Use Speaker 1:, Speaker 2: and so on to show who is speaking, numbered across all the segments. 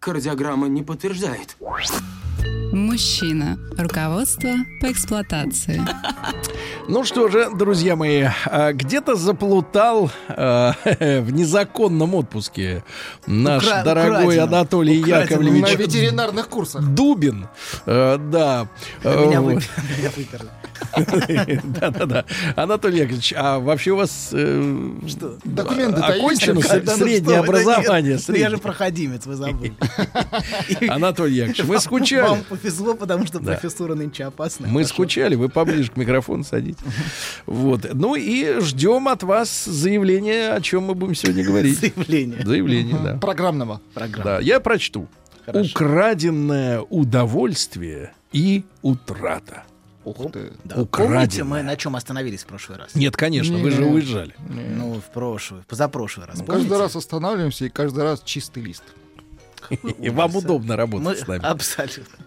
Speaker 1: Кардиограмма не подтверждает.
Speaker 2: Мужчина. Руководство по эксплуатации.
Speaker 3: Ну что же, друзья мои, а, где-то заплутал а, в незаконном отпуске наш
Speaker 4: Укра-
Speaker 3: дорогой
Speaker 4: украдено.
Speaker 3: Анатолий
Speaker 4: Украдено
Speaker 3: Яковлевич
Speaker 4: На ветеринарных
Speaker 3: Ну
Speaker 4: курсах.
Speaker 3: Дубин. Э, Да.
Speaker 4: Меня
Speaker 3: Э,
Speaker 4: вы- меня выперли.
Speaker 3: Да-да-да. Анатолий Яковлевич, а вообще у вас э,
Speaker 4: Документы-то есть?
Speaker 3: окончено
Speaker 4: Александр? Да ну
Speaker 3: среднее
Speaker 4: что вы, да нет,
Speaker 3: образование?
Speaker 4: ну Я
Speaker 3: среднее?
Speaker 4: же проходимец, вы забыли.
Speaker 3: Анатолий Яковлевич, вы
Speaker 4: Вам
Speaker 3: скучали?
Speaker 4: повезло, потому что профессура нынче опасна.
Speaker 3: Мы
Speaker 4: Хорошо.
Speaker 3: скучали, вы поближе к микрофону садитесь. Вот. Ну и ждем от вас заявление, о чем мы будем сегодня говорить.
Speaker 4: Заявление.
Speaker 3: Заявление, да.
Speaker 4: Программного. Программа.
Speaker 3: Да, я прочту. Украденное удовольствие и утрата.
Speaker 4: Ух ты.
Speaker 3: Украденное.
Speaker 4: Помните, мы на чем остановились в прошлый раз?
Speaker 3: Нет, конечно, вы же уезжали.
Speaker 4: Ну, в прошлый, позапрошлый Ну, раз.
Speaker 5: Ну, Каждый
Speaker 4: помните?
Speaker 5: раз останавливаемся и каждый раз чистый лист.
Speaker 3: И вам удобно работать
Speaker 4: Мы-
Speaker 3: с нами.
Speaker 4: Абсолютно.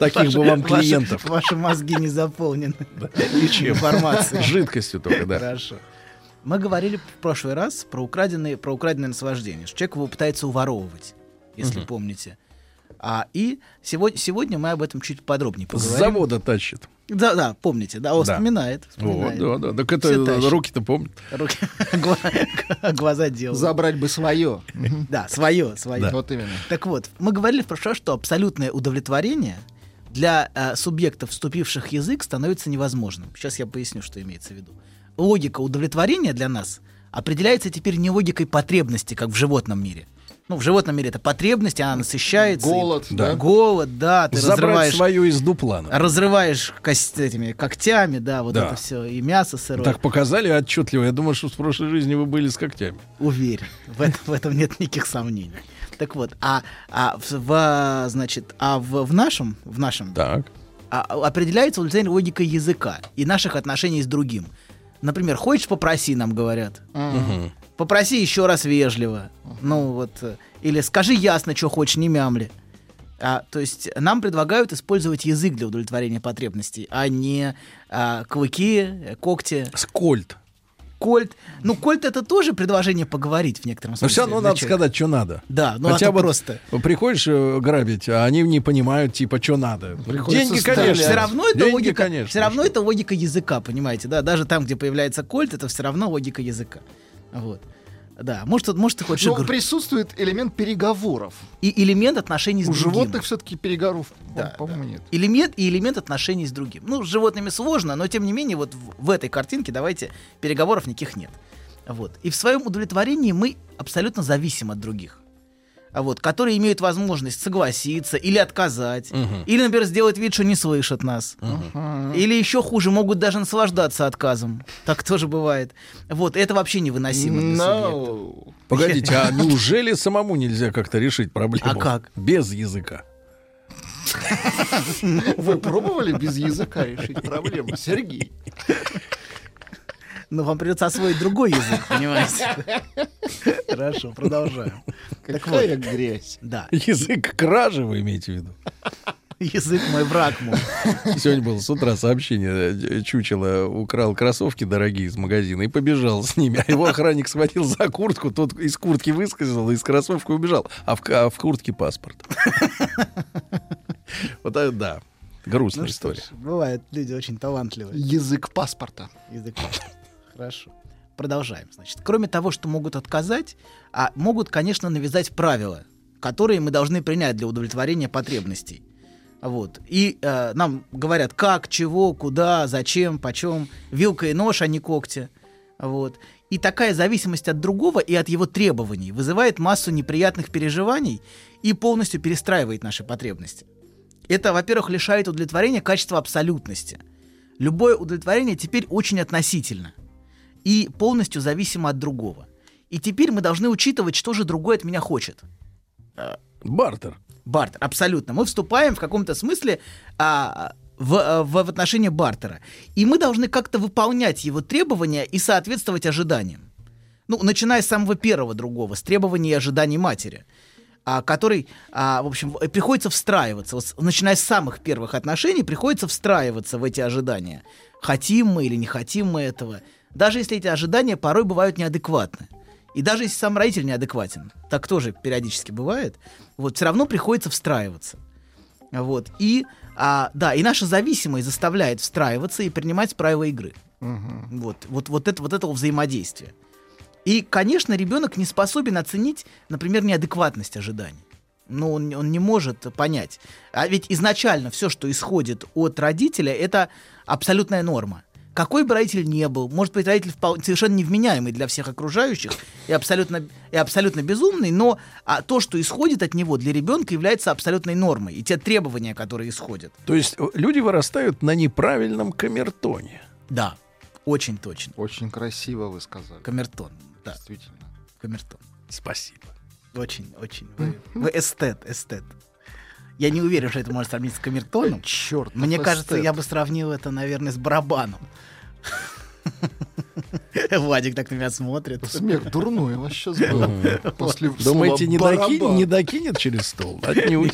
Speaker 3: Таких бы
Speaker 4: Ваши-
Speaker 3: вам
Speaker 4: ваши-
Speaker 3: клиентов.
Speaker 4: Ваши мозги не заполнены информацией.
Speaker 3: Жидкостью только, да.
Speaker 4: Хорошо. Мы говорили в прошлый раз про украденные, про украденное наслаждение. что Человек его пытается уворовывать, если помните. А, и сегодня, сегодня мы об этом чуть подробнее
Speaker 3: С
Speaker 4: поговорим.
Speaker 3: завода тащит.
Speaker 4: Да, да, помните, да, он
Speaker 3: Да.
Speaker 4: вспоминает.
Speaker 3: Вот,
Speaker 4: вспоминает.
Speaker 3: да, да. Так
Speaker 4: Все
Speaker 3: это
Speaker 4: тащат.
Speaker 3: руки-то помнят.
Speaker 4: Руки, гла- глаза делают.
Speaker 5: Забрать бы свое.
Speaker 4: Да, свое, свое.
Speaker 5: Вот именно.
Speaker 4: Так вот, мы говорили в прошлый раз, что абсолютное удовлетворение для э, субъектов, вступивших в язык, становится невозможным. Сейчас я поясню, что имеется в виду. Логика удовлетворения для нас определяется теперь не логикой потребности, как в животном мире. Ну, в животном мире это потребность, она насыщается. и-
Speaker 5: Голод, да.
Speaker 4: Голод, да, ты
Speaker 3: Забрать
Speaker 4: разрываешь,
Speaker 3: свое из дуплана.
Speaker 4: разрываешь кость- этими когтями, да, вот
Speaker 3: Да.
Speaker 4: это все, и мясо сырое.
Speaker 3: Так показали отчетливо. Я думаю, что в прошлой жизни вы были с когтями.
Speaker 4: Уверен, в этом, в этом нет никаких сомнений. Так вот, а, а в, в, значит, а в, в нашем, в нашем
Speaker 3: Так.
Speaker 4: а, а, определяется удовлетворение логикой языка и наших отношений с другим. Например, хочешь попроси, нам говорят. Попроси еще раз вежливо. Ну вот, э, или скажи ясно, что хочешь, не мямли. А, то есть нам предлагают использовать язык для удовлетворения потребностей, а не а, клыки, э, когти,
Speaker 3: Скольд.
Speaker 4: кольт. Ну, кольт это тоже предложение поговорить в некотором
Speaker 3: Но
Speaker 4: смысле.
Speaker 3: все Ну, равно
Speaker 4: для
Speaker 3: надо
Speaker 4: человека.
Speaker 3: сказать, что надо.
Speaker 4: Да, ну
Speaker 3: Хотя
Speaker 4: это
Speaker 3: вот
Speaker 4: просто.
Speaker 3: Приходишь э, грабить, а они не понимают, типа, что надо. Деньги,
Speaker 5: стрелять.
Speaker 3: конечно.
Speaker 4: Все равно это
Speaker 3: Деньги,
Speaker 4: логика,
Speaker 3: конечно.
Speaker 4: все равно это логика языка, понимаете, да? Даже там, где появляется кольт, это все равно логика языка. Вот. Да, может, может ты хочешь
Speaker 5: Но
Speaker 3: Ну,
Speaker 4: игру-
Speaker 5: присутствует элемент переговоров.
Speaker 4: и элемент отношений с
Speaker 5: У
Speaker 4: другим.
Speaker 5: животных все-таки переговоров, по-
Speaker 4: Да,
Speaker 5: по-моему, нет.
Speaker 4: Элемент и элемент отношений с другим. Ну, с животными сложно, но тем не менее, вот в, в этой картинке давайте переговоров никаких нет. Вот. И в своем удовлетворении мы абсолютно зависим от других. А вот, которые имеют возможность согласиться или отказать, или, например, сделать вид, что не слышат нас. Или еще хуже, могут даже наслаждаться отказом. Так тоже бывает. Вот, это вообще невыносимо для субъекта.
Speaker 5: No.
Speaker 3: Погодите, а неужели самому нельзя как-то решить проблему?
Speaker 4: А как?
Speaker 3: Без языка.
Speaker 5: Вы пробовали без языка решить проблему, Сергей?
Speaker 4: Но вам придется освоить другой язык, понимаете? Хорошо, продолжаем.
Speaker 5: Какая грязь.
Speaker 4: Да,
Speaker 3: Язык кражи вы имеете в виду?
Speaker 4: язык мой враг мой.
Speaker 3: Сегодня было с утра сообщение. э, Чучело украл кроссовки дорогие из магазина и побежал с ними. А его охранник схватил за куртку, тот из куртки высказал, из кроссовки убежал. А в, к- а в куртке паспорт. Вот это да. Грустная
Speaker 4: Ну
Speaker 3: история.
Speaker 4: Бывают люди очень талантливые.
Speaker 5: Язык паспорта.
Speaker 4: Язык. Хорошо. Продолжаем. Значит, кроме того, что могут отказать, а могут, конечно, навязать правила, которые мы должны принять для удовлетворения потребностей. Вот. И э, нам говорят, как, чего, куда, зачем, почем, вилка и нож, а не когти. Вот. И такая зависимость от другого и от его требований вызывает массу неприятных переживаний и полностью перестраивает наши потребности. Это, во-первых, лишает удовлетворения качества абсолютности. Любое удовлетворение теперь очень относительно и полностью зависимо от другого. И теперь мы должны учитывать, что же другой от меня хочет.
Speaker 3: Бартер.
Speaker 4: Бартер, абсолютно. Мы вступаем в каком-то смысле а, в, э, в, в отношении бартера. И мы должны как-то выполнять его требования и соответствовать ожиданиям. Ну, начиная с самого первого другого, с требований и ожиданий матери, а, который, а, в общем, в- приходится встраиваться. Вот с- начиная с самых первых отношений, приходится встраиваться в эти ожидания. Хотим мы или не хотим мы этого. Даже если эти ожидания порой бывают неадекватны. И даже если сам родитель неадекватен, так тоже периодически бывает, вот все равно приходится встраиваться. Вот. И, а, да, и наша зависимость заставляет встраиваться и принимать правила игры. Вот, вот, вот, это, вот этого взаимодействия. И, конечно, ребенок не способен оценить, например, неадекватность ожиданий. Ну, он, он не может понять. А ведь изначально все, что исходит от родителя, это абсолютная норма. Какой бы родитель ни был, может быть, родитель впол- совершенно невменяемый для всех окружающих и абсолютно, и абсолютно безумный, но а, то, что исходит от него для ребенка, является абсолютной нормой. И те требования, которые исходят.
Speaker 3: То есть э, люди вырастают на неправильном камертоне.
Speaker 4: Да, очень точно.
Speaker 5: Очень красиво вы сказали.
Speaker 4: Камертон. Да,
Speaker 5: Действительно.
Speaker 4: камертон.
Speaker 3: Спасибо.
Speaker 4: Очень, очень. Вы, вы эстет, эстет. Я не уверен, что это можно сравнить с камертоном.
Speaker 5: Черт.
Speaker 4: Мне кажется, я бы сравнил это, наверное, с барабаном. Вадик так на меня смотрит.
Speaker 5: Смех дурной у вас сейчас был. После
Speaker 3: Думаете,
Speaker 5: слова
Speaker 3: не, докинь-
Speaker 5: «барабан».
Speaker 3: не докинет через стол? Отнюдь.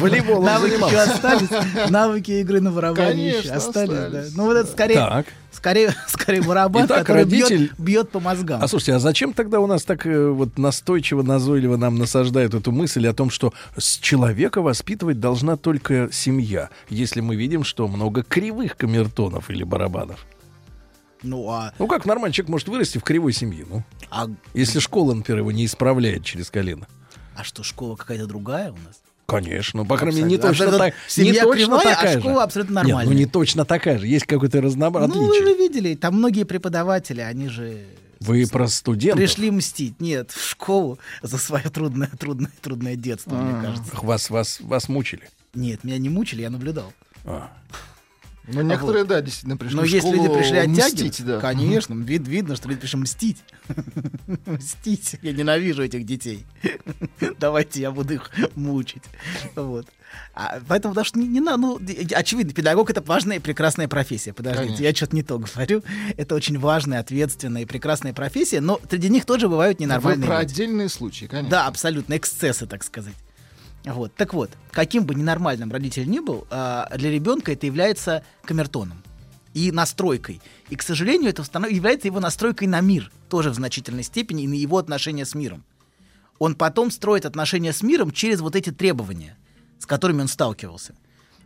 Speaker 3: Волейболом
Speaker 4: Навыки
Speaker 3: занимался.
Speaker 4: еще остались? Навыки игры на барабане еще
Speaker 5: Конечно,
Speaker 4: остались, да.
Speaker 5: остались,
Speaker 4: Ну вот это скорее...
Speaker 3: Так.
Speaker 4: Скорее, скорее барабан,
Speaker 3: Итак,
Speaker 4: который бьет-
Speaker 3: родитель-
Speaker 4: бьет, по мозгам.
Speaker 3: А слушайте, а зачем тогда у нас так э, вот настойчиво, назойливо нам насаждают эту мысль о том, что с человека воспитывать должна только семья, если мы видим, что много кривых камертонов или барабанов?
Speaker 4: Ну а,
Speaker 3: Ну как нормальный человек может вырасти в кривой семье? Ну,
Speaker 4: а,
Speaker 3: если школа, например, его не исправляет через колено.
Speaker 4: а что, школа какая-то другая у нас?
Speaker 3: Конечно, Ну, по крайней мере, не
Speaker 4: Абсолютно.
Speaker 3: точно, так,
Speaker 4: Абсолютно. Семья
Speaker 3: не точно
Speaker 4: кривая, а
Speaker 3: такая же.
Speaker 4: школа абсолютно
Speaker 3: Нет,
Speaker 4: нормальная.
Speaker 3: ну не точно такая же. Есть какой-то разнообразие.
Speaker 4: Ну вы же видели, там многие преподаватели, они же
Speaker 3: Вы про студентов.
Speaker 4: Пришли мстить. Нет, в школу за свое трудное, трудное, трудное детство,
Speaker 3: А.
Speaker 4: мне кажется.
Speaker 3: Ах, Вас, вас, вас мучили.
Speaker 4: Нет, меня не мучили, я наблюдал.
Speaker 3: А.
Speaker 5: Ну, некоторые, да, действительно пришли
Speaker 4: А Но
Speaker 5: в
Speaker 4: если люди
Speaker 5: школу
Speaker 4: пришли
Speaker 5: мстить,
Speaker 4: оттягивать,
Speaker 5: да.
Speaker 4: конечно, вид- видно, что люди пришли мстить. Мстить. Я ненавижу этих детей. Давайте я буду их мучить. Вот. А, поэтому потому что не, не надо, ну, д- очевидно, педагог это важная и прекрасная профессия. Подождите,
Speaker 5: Конечно.
Speaker 4: я что-то не то говорю. Это очень важная, ответственная и прекрасная профессия, но среди них тоже бывают
Speaker 5: А Вы
Speaker 4: ненормальные
Speaker 5: про
Speaker 4: люди.
Speaker 5: отдельные случаи, конечно.
Speaker 4: Да, абсолютно, эксцессы, так сказать. Вот. Так вот, каким бы ненормальным родитель ни был, а, для ребенка это является камертоном и настройкой. И, к сожалению, это станов- является его настройкой на мир, тоже в значительной степени, и на его отношения с миром. Он потом строит отношения с миром через вот эти требования, с которыми он сталкивался.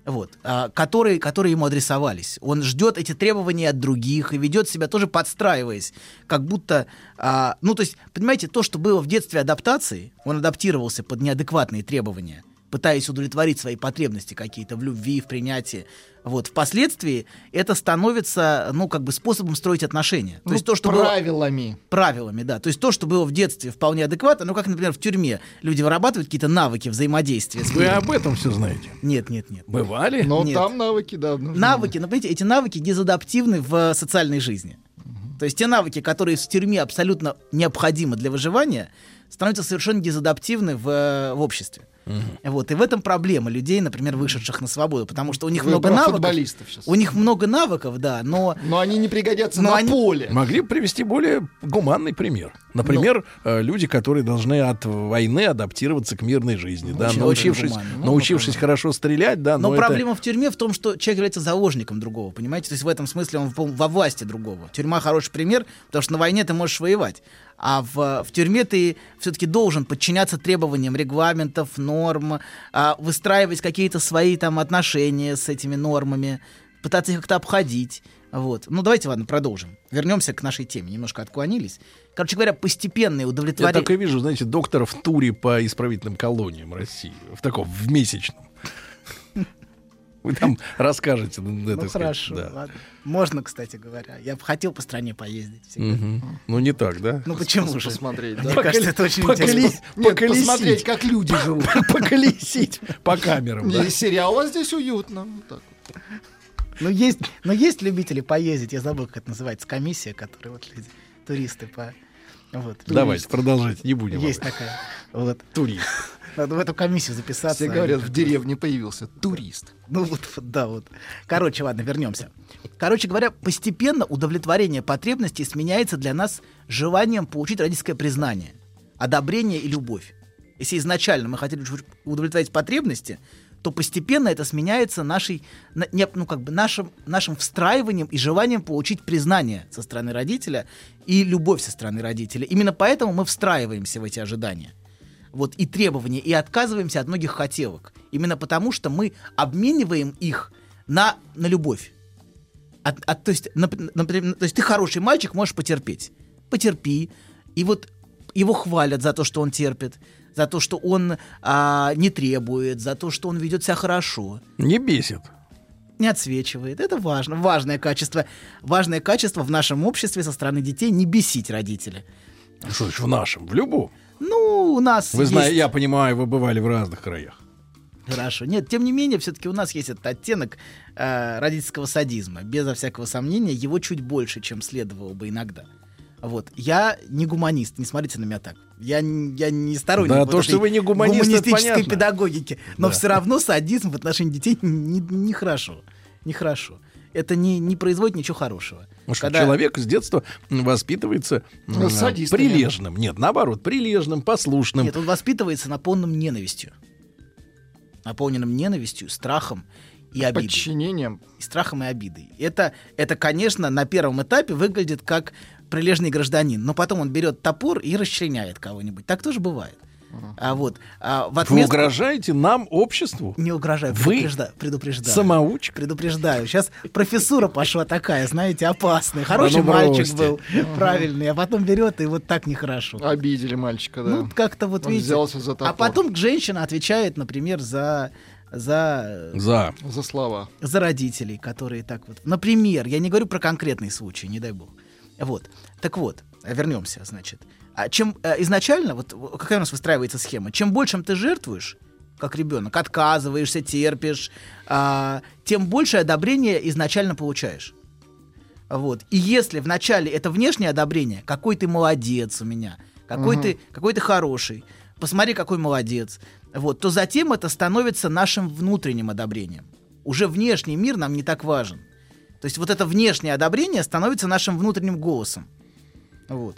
Speaker 4: Вот, а, которые, которые ему адресовались. Он ждет эти требования от других и ведет себя тоже подстраиваясь, как будто, а, ну то есть, понимаете, то, что было в детстве адаптацией, он адаптировался под неадекватные требования, пытаясь удовлетворить свои потребности какие-то в любви, в принятии. Вот, впоследствии это становится, ну как бы способом строить отношения. То
Speaker 5: Ну,
Speaker 4: есть то, что было
Speaker 5: правилами.
Speaker 4: правилами, да. То есть то, что было в детстве вполне адекватно, ну как, например, в тюрьме люди вырабатывают какие-то навыки взаимодействия. с
Speaker 3: Вы
Speaker 4: миром.
Speaker 3: об этом все знаете.
Speaker 4: Нет, нет, нет.
Speaker 3: Бывали?
Speaker 5: Но
Speaker 4: Нет.
Speaker 5: там навыки, да. нужны.
Speaker 4: Навыки, ну, понимаете, эти навыки дезадаптивны в э, социальной жизни. То есть те навыки, которые в тюрьме абсолютно необходимы для выживания, становятся совершенно дезадаптивны в, э, в обществе. Вот, и в этом проблема людей, например, вышедших на свободу, потому что у них
Speaker 5: Вы
Speaker 4: много
Speaker 5: Ну, про
Speaker 4: навыков.
Speaker 5: футболистов сейчас.
Speaker 4: У них много навыков, да, но
Speaker 5: Но они не пригодятся
Speaker 4: Но
Speaker 5: на
Speaker 4: они-
Speaker 5: поле.
Speaker 3: Могли бы привести более гуманный пример. Например,
Speaker 4: Ну.
Speaker 3: э, люди, которые должны от войны адаптироваться к мирной жизни, да,
Speaker 4: Очень-очень
Speaker 3: научившись,
Speaker 4: гуманно. Ну,
Speaker 3: научившись хорошо стрелять, да,
Speaker 4: Но,
Speaker 3: но, Ну, это-
Speaker 4: проблема в тюрьме в том, что человек является заложником другого, понимаете? То есть в этом смысле он в пол- во власти другого. Тюрьма хороший пример, потому что на войне ты можешь воевать. А в, в тюрьме ты все-таки должен подчиняться требованиям регламентов, норм, а, выстраивать какие-то свои там отношения с этими нормами, пытаться их как-то обходить. Вот. Ну, давайте, ладно, продолжим. Вернемся к нашей теме. Немножко отклонились. Короче говоря, постепенное
Speaker 3: я
Speaker 4: удовлетворение.
Speaker 3: так и вижу, знаете, доктора в туре по исправительным колониям России, в таком в месячном. Вы там расскажете. да,
Speaker 4: Ну,
Speaker 3: так сказать,
Speaker 4: хорошо,
Speaker 3: да.
Speaker 4: ладно. Можно, кстати говоря. Я бы хотел по стране поездить всегда.
Speaker 3: Мгм. Ну не так, да?
Speaker 4: Ну почему же?
Speaker 5: Посмотреть, да.
Speaker 4: Мне кажется, это очень интересно.
Speaker 3: Поколесить,
Speaker 5: Нет, посмотреть, как люди живут.
Speaker 3: поколесить по камерам. да.
Speaker 5: Не, сериал, а здесь уютно. Вот так вот.
Speaker 4: Но Ну, есть, но есть любители поездить, я забыл, как это называется, комиссия, которая вот люди, туристы по... Вот.
Speaker 3: Давайте, продолжайте, не будем.
Speaker 4: Есть такая. Вот.
Speaker 3: Турист.
Speaker 4: Надо в эту комиссию записаться. а
Speaker 5: Все говорят, в деревне появился турист.
Speaker 4: Ну вот, вот, да, вот. Короче, ладно, вернемся. Короче говоря, постепенно удовлетворение потребностей сменяется для нас желанием получить родительское признание, одобрение и любовь. Если изначально мы хотели удовлетворять потребности, то постепенно это сменяется нашей, на- не- ну, как бы нашим, нашим встраиванием и желанием получить признание со стороны родителя и любовь со стороны родителя. Именно поэтому мы встраиваемся в эти ожидания вот и требования, и отказываемся от многих хотелок. Именно потому, что мы обмениваем их на, на любовь. От- от- то, есть, нап- например, то есть ты хороший мальчик, можешь потерпеть. Потерпи. И вот его хвалят за то, что он терпит, за то, что он а, не требует, за то, что он ведет себя хорошо
Speaker 3: Не бесит.
Speaker 4: не отсвечивает. Это важно. Важное качество. Важное качество в нашем обществе со стороны детей не бесить родителя.
Speaker 3: Ну, Что значит в нашем, в любом.
Speaker 4: Ну, у нас
Speaker 3: Вы
Speaker 4: есть-
Speaker 3: знаете, я понимаю, вы бывали в разных краях.
Speaker 4: Хорошо. Нет, тем не менее, все-таки у нас есть этот оттенок э, родительского садизма. Безо всякого сомнения, его чуть больше, чем следовало бы иногда. Вот. Я не гуманист, не смотрите на меня так. Я, н- я не сторонник
Speaker 3: Да,
Speaker 4: вот
Speaker 3: то,
Speaker 4: этой
Speaker 3: что вы не гуманист, это
Speaker 4: гуманистической
Speaker 3: понятно.
Speaker 4: педагогики. Но
Speaker 3: Да.
Speaker 4: все равно садизм в отношении детей нехорошо. Не, нехорошо. нехорошо. Это не, не производит ничего хорошего.
Speaker 3: Потому Ну что
Speaker 4: Когда-
Speaker 3: человек с детства м, воспитывается м,
Speaker 5: Ну, садистом.
Speaker 3: прилежным. Нет, наоборот, прилежным, послушным.
Speaker 4: Нет, он воспитывается наполненным ненавистью. Наполненным ненавистью, страхом и обидой.
Speaker 5: Подчинением.
Speaker 4: и страхом и обидой. Это, это, конечно, на первом этапе выглядит как прилежный гражданин, но потом он берет топор и расчленяет кого-нибудь. Так тоже бывает. А вот а в
Speaker 3: Вы
Speaker 4: отместку
Speaker 3: угрожаете нам, обществу?
Speaker 4: не угрожаю,
Speaker 3: Вы
Speaker 4: предупрежда- предупреждаю.
Speaker 3: Самоучка?
Speaker 4: Предупреждаю. Сейчас профессура пошла такая, знаете, опасная. Хороший
Speaker 3: ну
Speaker 4: мальчик
Speaker 3: бросьте.
Speaker 4: был, правильный, а потом берет и вот так нехорошо.
Speaker 5: Обидели мальчика, да.
Speaker 4: Ну, как-то вот
Speaker 5: Он
Speaker 4: видите.
Speaker 5: взялся за топор.
Speaker 4: А потом женщина отвечает, например, за за э,
Speaker 3: За.
Speaker 5: За слова.
Speaker 4: за родителей, которые так вот. Например, я не говорю про конкретный случай, не дай бог. Вот. Так вот, э, вернемся, значит. А чем э, изначально, вот в- какая у нас выстраивается схема? Чем большим ты жертвуешь, как ребенок, отказываешься, терпишь, а, тем больше одобрения изначально получаешь. Вот. И если вначале это внешнее одобрение, какой ты молодец у меня, какой, ты, какой ты хороший, посмотри, какой молодец, вот, то затем это становится нашим внутренним одобрением. Уже внешний мир нам не так важен. То есть вот это внешнее одобрение становится нашим внутренним голосом. Вот.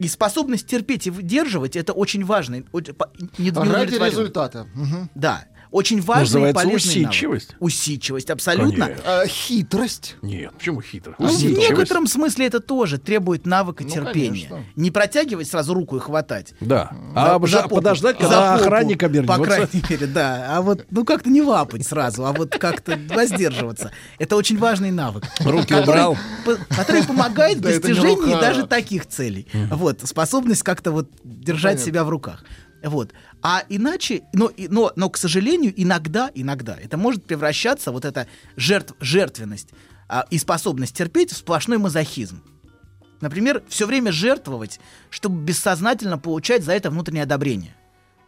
Speaker 4: И способность терпеть и выдерживать это очень важный, о- по- не-
Speaker 5: Ради
Speaker 4: неудовлетворен-
Speaker 5: результата. Мгм.
Speaker 4: Да, очень важный и
Speaker 3: Называется
Speaker 4: полезный навык.
Speaker 3: усидчивость.
Speaker 4: Усидчивость, абсолютно.
Speaker 3: Конечно.
Speaker 5: А, Хитрость.
Speaker 3: Нет, почему хитро?
Speaker 4: Ну, в
Speaker 3: Усидчивость.
Speaker 4: некотором смысле это тоже требует навыка
Speaker 5: Ну,
Speaker 4: терпения.
Speaker 5: конечно.
Speaker 4: Не протягивать сразу руку и хватать.
Speaker 3: Да.
Speaker 4: За-
Speaker 3: А обжа-
Speaker 4: за попу.
Speaker 3: подождать,
Speaker 4: За
Speaker 3: когда
Speaker 4: попу,
Speaker 3: охранник обернется.
Speaker 4: По крайней мере, да. А вот, ну как-то не лапать сразу, а вот как-то воздерживаться. Это очень важный навык.
Speaker 3: Руки
Speaker 4: который-
Speaker 3: убрал.
Speaker 4: по- Который помогает в
Speaker 5: Да, это не
Speaker 4: достижении
Speaker 5: рука.
Speaker 4: даже таких целей. Вот, способность как-то вот держать
Speaker 5: Понятно.
Speaker 4: себя в руках. Вот. А иначе, но, и- но, но, к сожалению, иногда, иногда это может превращаться, вот эта жертв, жертвенность а, и способность терпеть в сплошной мазохизм. Например, все время жертвовать, чтобы бессознательно получать за это внутреннее одобрение.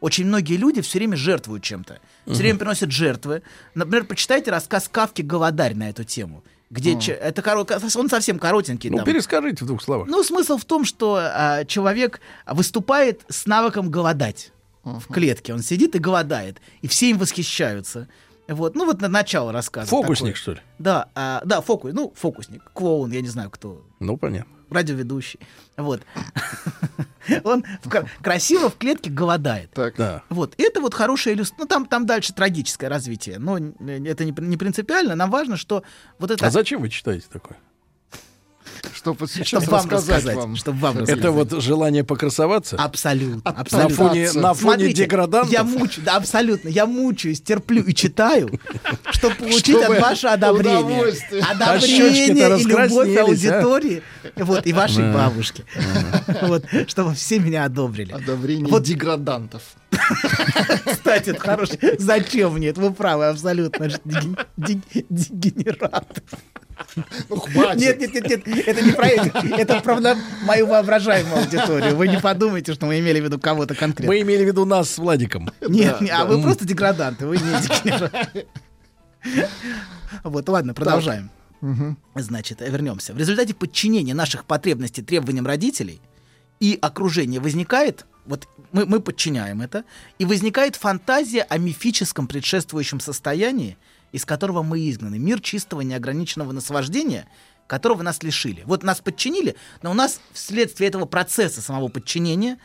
Speaker 4: Очень многие люди все время жертвуют чем-то. Все время приносят жертвы. Например, почитайте рассказ Кавки «Голодарь» на эту тему. Где че- это коро- он совсем коротенький.
Speaker 3: Ну,
Speaker 4: там.
Speaker 3: перескажите в двух словах.
Speaker 4: Ну, смысл в том, что а, человек выступает с навыком голодать в клетке. Он сидит и голодает. И все им восхищаются. Вот. Ну, вот на начало рассказа.
Speaker 3: Фокусник,
Speaker 4: такое.
Speaker 3: что ли?
Speaker 4: Да, а, да, фокус, ну, фокусник, клоун, я не знаю, кто
Speaker 3: Ну, понятно.
Speaker 4: радиоведущий. Вот. Он в кра- красиво в клетке голодает.
Speaker 5: Так.
Speaker 3: Да.
Speaker 4: Вот. Это вот хорошая иллюстрация. Ну, там, там дальше трагическое развитие. Но н- это не, при- не принципиально. Нам важно, что вот это...
Speaker 3: А зачем вы читаете такое?
Speaker 5: Чтобы сейчас
Speaker 4: Чтобы вам
Speaker 5: рассказать
Speaker 4: рассказать.
Speaker 5: вам.
Speaker 4: Чтобы вам рассказать.
Speaker 3: Это вот желание покрасоваться?
Speaker 4: Абсолютно.
Speaker 3: А на
Speaker 4: А, абсолютно.
Speaker 3: фоне, на фоне
Speaker 4: Смотрите,
Speaker 3: деградантов?
Speaker 4: Я мучу, да, абсолютно. Я мучаюсь, терплю и читаю, чтобы получить
Speaker 5: Чтобы
Speaker 4: от ваше одобрение.
Speaker 5: удовольствие.
Speaker 3: А щечки-то
Speaker 4: Одобрение и любовь
Speaker 3: раскраснелись, а?
Speaker 4: аудитории. Вот, и вашей бабушки. Вот, чтобы все меня одобрили.
Speaker 5: Одобрение
Speaker 4: Вот.
Speaker 5: деградантов.
Speaker 4: Кстати, это хороший. Зачем мне это? Вы правы, абсолютно. Это же деги- деги- Дегенерат.
Speaker 5: Ну, хватит.
Speaker 4: Нет, нет, нет, нет, это не про это. Это про на- мою воображаемую аудиторию. Вы не подумайте, что мы имели в виду кого-то конкретно.
Speaker 3: Мы имели в виду нас с Владиком.
Speaker 4: Нет, не- а вы просто деграданты, вы не дегенераты. Вот, ладно, продолжаем. Значит, вернемся. В результате подчинения наших потребностей требованиям родителей и окружения возникает Вот мы, мы подчиняем это. И возникает фантазия о мифическом предшествующем состоянии, из которого мы изгнаны. Мир чистого неограниченного наслаждения, которого нас лишили. Вот нас подчинили, но у нас вследствие этого процесса самого подчинения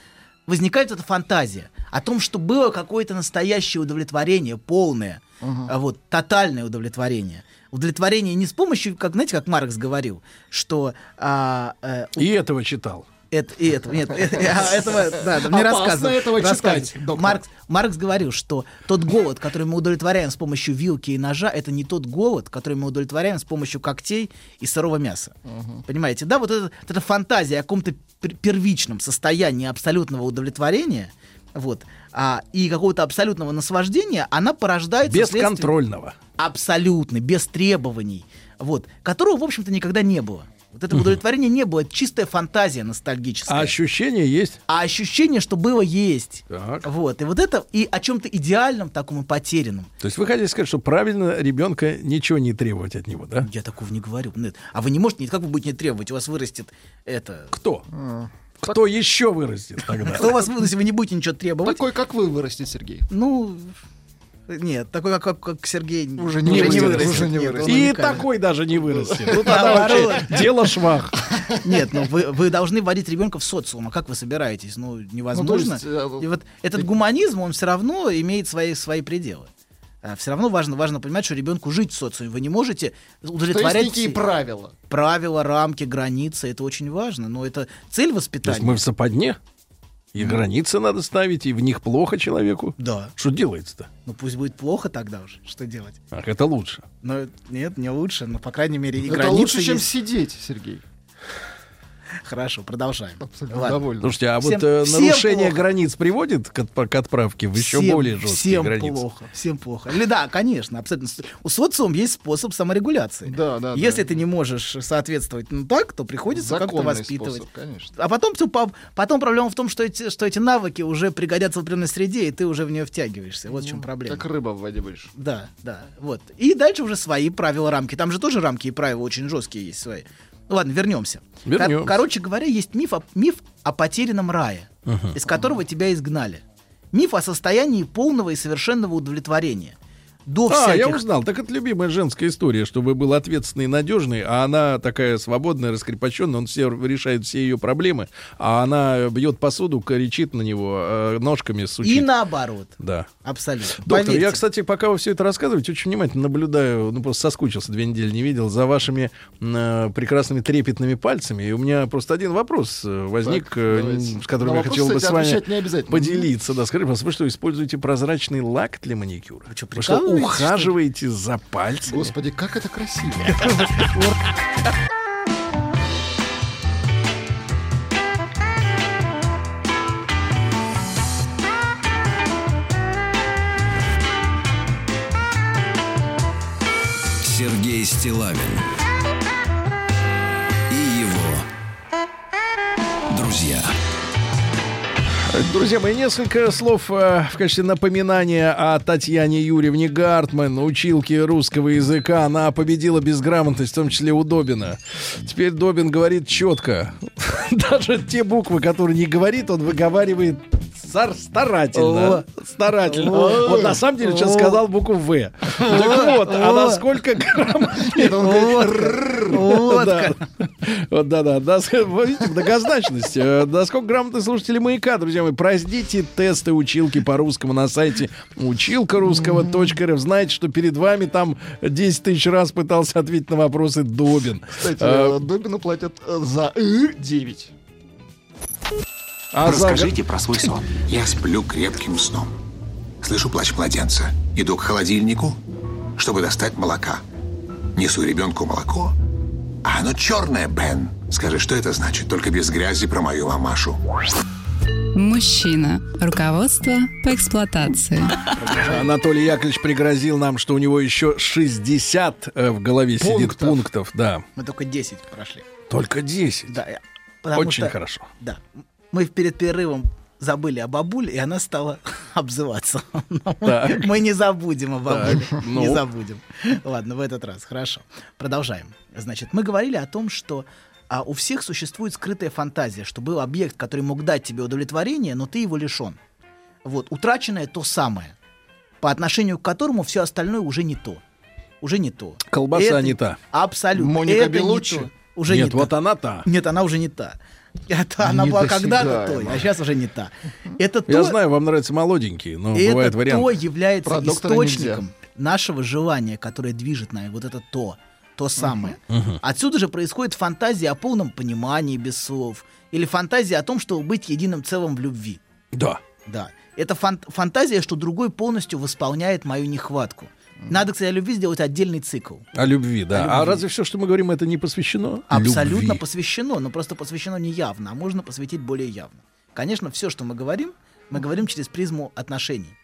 Speaker 4: возникает эта фантазия о том, что было какое-то настоящее удовлетворение, полное, а вот, тотальное удовлетворение. Удовлетворение не с помощью, как, знаете, как Маркс говорил, что а, э,
Speaker 3: И этого читал.
Speaker 4: это, и этого, нет, э, а, этого надо мне
Speaker 5: Опасно
Speaker 4: рассказывать.
Speaker 5: этого
Speaker 4: рассказывать.
Speaker 5: читать, доктор.
Speaker 4: Маркс, Маркс говорил, что тот голод, который мы удовлетворяем с помощью вилки и ножа, это не тот голод, который мы удовлетворяем с помощью когтей и сырого мяса. Понимаете, да, вот, это, вот эта фантазия о каком-то пер- первичном состоянии абсолютного удовлетворения, вот, а, и какого-то абсолютного наслаждения, она порождается вследствие-
Speaker 3: Бесконтрольного.
Speaker 4: абсолютно, без требований, вот, которого, в общем-то, никогда не было. Вот этого удовлетворения не было, это чистая фантазия ностальгическая.
Speaker 3: А ощущение есть?
Speaker 4: А ощущение, что было, есть.
Speaker 3: Так.
Speaker 4: Вот, и вот это, и о чем-то идеальном таком и потерянном.
Speaker 3: То есть вы хотите сказать, что правильно ребенка ничего не требовать от него, да?
Speaker 4: Я такого не говорю. Нет. А вы не можете, как вы будете не требовать, у вас вырастет это...
Speaker 3: Кто? Кто еще вырастет тогда?
Speaker 4: Кто у вас вырастет, вы не будете ничего требовать.
Speaker 5: Такой, как вы вырастет, Сергей.
Speaker 4: Ну, нет, такой, как, как, как Сергей...
Speaker 5: Уже не вырастет, уже не
Speaker 4: Нет, он
Speaker 5: вырастет.
Speaker 3: И
Speaker 4: уникален.
Speaker 3: такой даже не вырастет. Ну, тогда
Speaker 4: Наоборот.
Speaker 3: вообще дело швах.
Speaker 4: Нет, ну вы, вы должны вводить ребенка в социум. А как вы собираетесь? Ну, невозможно.
Speaker 5: Ну, то есть, э,
Speaker 4: И вот этот гуманизм, он все равно имеет свои, свои пределы. Все равно важно, важно понимать, что ребенку жить в социуме. Вы не можете
Speaker 5: То есть
Speaker 4: удовлетворять
Speaker 5: некие
Speaker 4: все-
Speaker 5: правила.
Speaker 4: правила, рамки, границы. Это очень важно. Но это цель
Speaker 3: То есть
Speaker 4: воспитания.
Speaker 3: мы в западне, и границы надо ставить, и в них плохо человеку.
Speaker 4: Да.
Speaker 3: Что делается-то?
Speaker 4: Ну пусть будет плохо тогда уже. Что делать?
Speaker 3: Ах, это лучше.
Speaker 4: Но нет, не лучше. Но, по крайней мере, и
Speaker 5: Это
Speaker 4: границы
Speaker 5: лучше, чем
Speaker 4: есть.
Speaker 5: сидеть, Сергей.
Speaker 4: Хорошо, продолжаем.
Speaker 5: Абсолютно
Speaker 4: Ладно. Ну,
Speaker 5: довольно.
Speaker 3: Слушайте, а
Speaker 4: Всем-
Speaker 3: вот э,
Speaker 4: всем
Speaker 3: нарушение
Speaker 4: плохо.
Speaker 3: границ приводит к, отп- к отправке в еще
Speaker 4: Всем-
Speaker 3: более жесткие
Speaker 4: всем
Speaker 3: границы?
Speaker 4: плохо, всем плохо. Или да, конечно, абсолютно. У социума есть способ саморегуляции.
Speaker 5: Да, да,
Speaker 4: Если
Speaker 5: да.
Speaker 4: ты не можешь соответствовать ну так, то приходится как-то
Speaker 5: Законный
Speaker 4: воспитывать.
Speaker 5: способ, конечно.
Speaker 4: А потом, всё по- потом проблема в том, что эти, что эти навыки уже пригодятся в определенной среде, и ты уже в нее втягиваешься. Вот в
Speaker 5: Ну,
Speaker 4: чем проблема.
Speaker 5: Как рыба в воде будешь.
Speaker 4: Да, да, вот. И дальше уже свои правила, рамки. Там же тоже рамки и правила очень жесткие есть свои. Ну ладно, вернемся. Кор-
Speaker 3: Вернёмся.
Speaker 4: короче говоря, есть миф о, миф о потерянном рае, из которого тебя изгнали. Миф о состоянии полного и совершенного удовлетворения. До
Speaker 3: А, я
Speaker 4: всяких-
Speaker 3: узнал. Так это любимая женская история, чтобы был ответственный и надежный, а она такая свободная, раскрепощенная, он все решает все ее проблемы, а она бьет посуду, кричит на него, э, ножками сучит.
Speaker 4: И наоборот.
Speaker 3: Да.
Speaker 4: Абсолютно.
Speaker 3: Доктор, я,
Speaker 4: Поверьте.
Speaker 3: кстати, пока вы все это рассказываете, очень внимательно наблюдаю, ну просто соскучился, две недели не видел, за вашими э, прекрасными трепетными пальцами. И у меня просто один вопрос э, возник,
Speaker 5: Так,
Speaker 3: э,
Speaker 5: давайте.
Speaker 3: с которым я
Speaker 5: На вопрос,
Speaker 3: хотел бы
Speaker 5: кстати,
Speaker 3: с вами
Speaker 5: отвечать не обязательно.
Speaker 3: поделиться. Да, скажите, пожалуйста, вы что, используете прозрачный лак для маникюра?
Speaker 5: А
Speaker 4: Вы что,
Speaker 3: что,
Speaker 4: прикалываетесь,
Speaker 3: ухаживаете за пальцами?
Speaker 5: Господи, как это красиво.
Speaker 6: Сергей Стилавин и его друзья.
Speaker 3: Друзья мои, несколько слов э, в качестве напоминания о Татьяне Юрьевне Гартман, училке русского языка. Она победила безграмотность, в том числе у Добина. Теперь Добин говорит четко. Даже те буквы, которые не говорит, он выговаривает стар- старательно. Старательно. Вот на самом деле сейчас сказал букву «В». Так вот, а насколько грамотнее
Speaker 4: Вот
Speaker 3: да. Вот, да, да, да. Вы Видите, многозначность. Э, Насколько грамотны слушатели маяка, друзья мои, пройдите тесты училки по русскому на сайте училка русского.рф. Знаете, что перед вами там 10 тысяч раз пытался ответить на вопросы Добин.
Speaker 5: Кстати,
Speaker 3: Э,
Speaker 4: А,
Speaker 5: э, Добину платят э, за э, 9.
Speaker 3: а за-
Speaker 1: Расскажите про свой сон.
Speaker 7: Я сплю крепким сном. Слышу плач младенца. Иду к холодильнику, чтобы достать молока. Несу ребенку молоко. А оно черное, Бен. Скажи, что это значит? Только без грязи про мою мамашу.
Speaker 2: Мужчина. Руководство по эксплуатации.
Speaker 3: Анатолий Яковлевич пригрозил нам, что у него еще 60 э, в голове сидит
Speaker 5: Пунктов.
Speaker 3: пунктов. Да,
Speaker 4: Мы только 10 прошли.
Speaker 3: только 10.
Speaker 4: Да. я- потому
Speaker 3: Очень
Speaker 4: что-
Speaker 3: хорошо.
Speaker 4: Да. Мы перед перерывом забыли о бабуле, и она стала обзываться. Но
Speaker 3: Так.
Speaker 4: Мы не забудем о бабуле.
Speaker 3: Так, ну.
Speaker 4: Не забудем. Ладно, в этот раз. Хорошо. Продолжаем. Значит, мы говорили о том, что а, а у всех существует скрытая фантазия, что был объект, который мог дать тебе удовлетворение, но ты его лишен. Вот, утраченное то самое, по отношению к которому все остальное уже не то. Уже не то.
Speaker 3: Колбаса
Speaker 4: Это-
Speaker 3: не та.
Speaker 4: Абсолютно.
Speaker 5: Моника
Speaker 4: Это не
Speaker 5: Беллуччи?
Speaker 4: то. Уже
Speaker 3: Нет,
Speaker 4: не
Speaker 3: вот
Speaker 4: та.
Speaker 3: она та.
Speaker 4: Нет, она уже не та. Это она была когда-то той, а сейчас уже не та. Это
Speaker 3: Я
Speaker 4: то,
Speaker 3: знаю, вам нравятся молоденькие, но
Speaker 4: это
Speaker 3: Ну, бывает вариант.
Speaker 4: то является
Speaker 5: Продуктора
Speaker 4: источником нашего желания, которое движет нами. Вот это то, то самое. Отсюда же происходит фантазия о полном понимании без слов. Или фантазия о том, чтобы быть единым целым в любви.
Speaker 3: Да.
Speaker 4: Да. Это фан- фантазия, что другой полностью восполняет мою нехватку. Надо, кстати, о любви сделать отдельный цикл.
Speaker 3: О любви, да. А разве все, что мы говорим, это не посвящено?
Speaker 4: Абсолютно
Speaker 3: Любви.
Speaker 4: посвящено, но просто посвящено не явно, а можно посвятить более явно. Конечно, все, что мы говорим, мы говорим через призму отношений,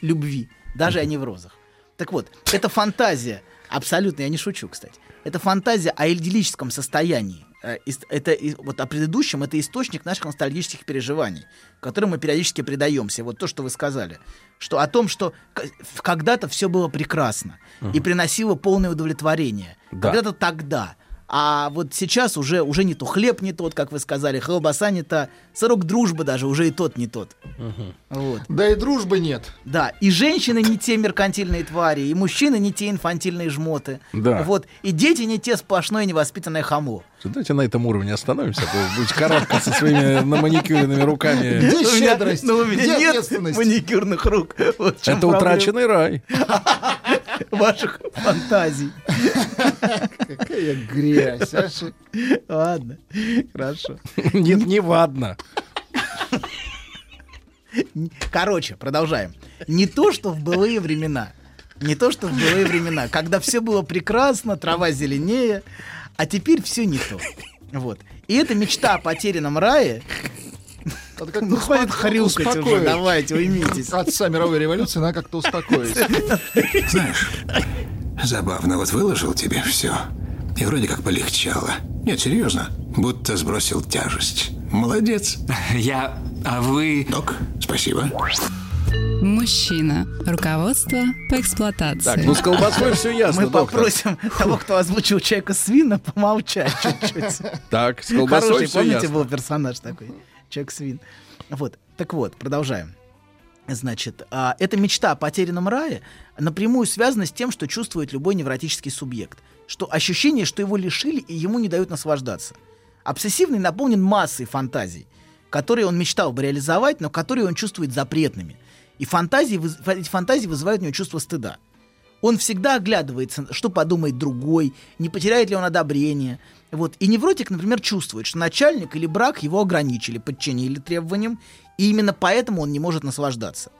Speaker 4: любви, даже о неврозах. Так вот, это фантазия, абсолютно, я не шучу, кстати, это фантазия о идиллическом состоянии. Э, ис- Это, и- вот о предыдущем это источник наших ностальгических переживаний, которым мы периодически предаемся. Вот то, что вы сказали, что о том, что к- в- когда-то все было прекрасно и приносило полное удовлетворение.
Speaker 3: Да.
Speaker 4: Когда-то тогда. А вот сейчас уже, уже не то хлеб не тот, как вы сказали, колбаса не та, сырок дружбы даже уже и тот не тот. Вот.
Speaker 5: Да и дружбы нет.
Speaker 4: Да, и женщины не те меркантильные твари, и мужчины не те инфантильные жмоты.
Speaker 3: Да.
Speaker 4: Вот, и дети не те сплошное невоспитанное хамо.
Speaker 3: Давайте на этом уровне остановимся, а то будете карабкаться своими на маникюренными руками.
Speaker 5: Где щедрость?
Speaker 4: Ну, у меня
Speaker 5: Где
Speaker 4: нет
Speaker 5: ответственность?
Speaker 4: маникюрных рук. Вот в чем
Speaker 3: Это
Speaker 4: проблема
Speaker 3: утраченный рай.
Speaker 4: ваших фантазий.
Speaker 5: Какая грязь, а? Что-
Speaker 4: Ладно, хорошо.
Speaker 3: Нет, не вадно.
Speaker 4: Короче, продолжаем. Не то, что в былые времена. Не то, что в былые времена, когда все было прекрасно, трава зеленее, а теперь все не то. Вот. И эта мечта о потерянном рае...
Speaker 5: Надо как-то
Speaker 4: Ну, хватит
Speaker 5: успоко-
Speaker 4: хрюкать уже,
Speaker 5: успокоить.
Speaker 4: давайте, уймитесь.
Speaker 5: Отца мировой революции надо как-то успокоить.
Speaker 7: Знаешь, забавно, вот выложил тебе все. И вроде как полегчало. Нет, серьезно, будто сбросил тяжесть. Молодец.
Speaker 8: Я... А вы...
Speaker 7: Док, спасибо.
Speaker 2: Мужчина. Руководство по эксплуатации.
Speaker 3: Так, ну с колбасой все ясно,
Speaker 4: Мы
Speaker 3: доктор.
Speaker 4: попросим того, кто озвучил человека свина, помолчать чуть-чуть.
Speaker 3: Так, с колбасой
Speaker 4: Хороший,
Speaker 3: все
Speaker 4: помните,
Speaker 3: ясно.
Speaker 4: был персонаж такой, Человек-свин. Вот, так вот, продолжаем. Значит, а, эта мечта о потерянном рае напрямую связана с тем, что чувствует любой невротический субъект. Что ощущение, что его лишили и ему не дают наслаждаться. Обсессивный наполнен массой фантазий, которые он мечтал бы реализовать, но которые он чувствует запретными. И фантазии, выз- эти фантазии вызывают у него чувство стыда. Он всегда оглядывается, что подумает другой, не потеряет ли он одобрение. Вот. И невротик, например, чувствует, что начальник или брак его ограничили, подчинили требованиям, и именно поэтому он не может наслаждаться.